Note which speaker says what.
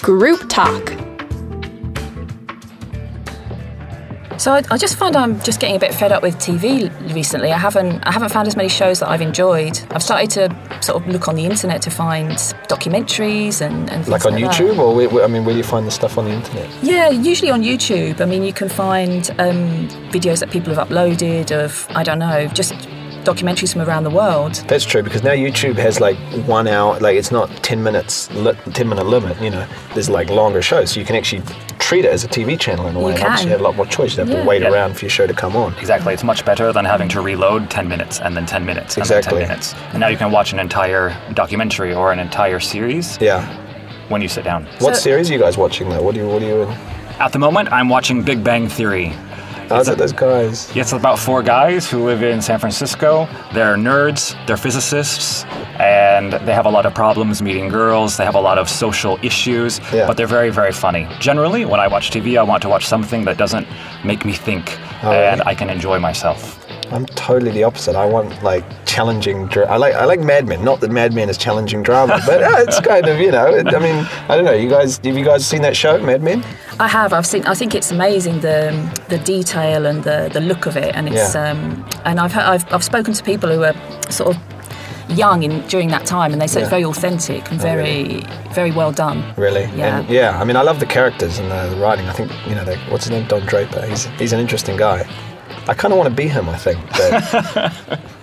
Speaker 1: Group Talk.
Speaker 2: So I, I just find I'm just getting a bit fed up with TV recently. I haven't I haven't found as many shows that I've enjoyed. I've started to sort of look on the internet to find documentaries and, and things
Speaker 3: Like
Speaker 2: that.
Speaker 3: on YouTube, or where, where- I mean, where do you find the stuff on the internet?
Speaker 2: Yeah, usually on YouTube. I mean, you can find um, videos that people have uploaded of I don't know, just documentaries from around the world.
Speaker 3: That's true because now YouTube has like one hour, like it's not ten minutes, li- ten minute limit. You know, there's like longer shows, so you can actually treat it as a TV channel in a way. and
Speaker 2: can.
Speaker 3: Obviously, you have a lot more choice. You have
Speaker 2: Yeah.
Speaker 3: to wait
Speaker 4: Yeah.
Speaker 3: around for your show to come on.
Speaker 4: Exactly. It's much better than having to reload 10 minutes and then 10 minutes and
Speaker 3: Exactly.
Speaker 4: then 10 minutes. And now you can watch an entire documentary or an entire series
Speaker 3: Yeah.
Speaker 4: when you sit down.
Speaker 3: What
Speaker 2: So-
Speaker 3: series are you guys watching though? What do you? What do you?
Speaker 4: At the moment, I'm watching Big Bang Theory.
Speaker 3: How's it those guys?
Speaker 4: It's about four guys who live in San Francisco. They're nerds, they're physicists, and they have a lot of problems meeting girls. They have a lot of social issues,
Speaker 3: Yeah.
Speaker 4: but they're very, very funny. Generally, when I watch TV, I want to watch something that doesn't make me think
Speaker 3: Oh,
Speaker 4: and I can enjoy myself.
Speaker 3: I'm totally the opposite. I want like challenging. Dra- I like I like Mad Men. Not that Mad Men is challenging drama, but uh, it's kind of you know. It, I mean, I don't know. You guys, have you guys seen that show, Mad Men?
Speaker 2: I have. I've seen. I think it's amazing the the detail and the, the look of it, and it's.
Speaker 3: Yeah.
Speaker 2: Um, and I've, he- I've I've spoken to people who are sort of young in during that time, and they say it's
Speaker 3: Yeah. Oh,
Speaker 2: very authentic and very
Speaker 3: really?
Speaker 2: very well done.
Speaker 3: Really?
Speaker 2: Yeah.
Speaker 3: And, yeah. I mean, I love the characters and the, the writing. I think you know, the, what's his name, Don Draper. He's he's an interesting guy. I kind of want to be him. I think. But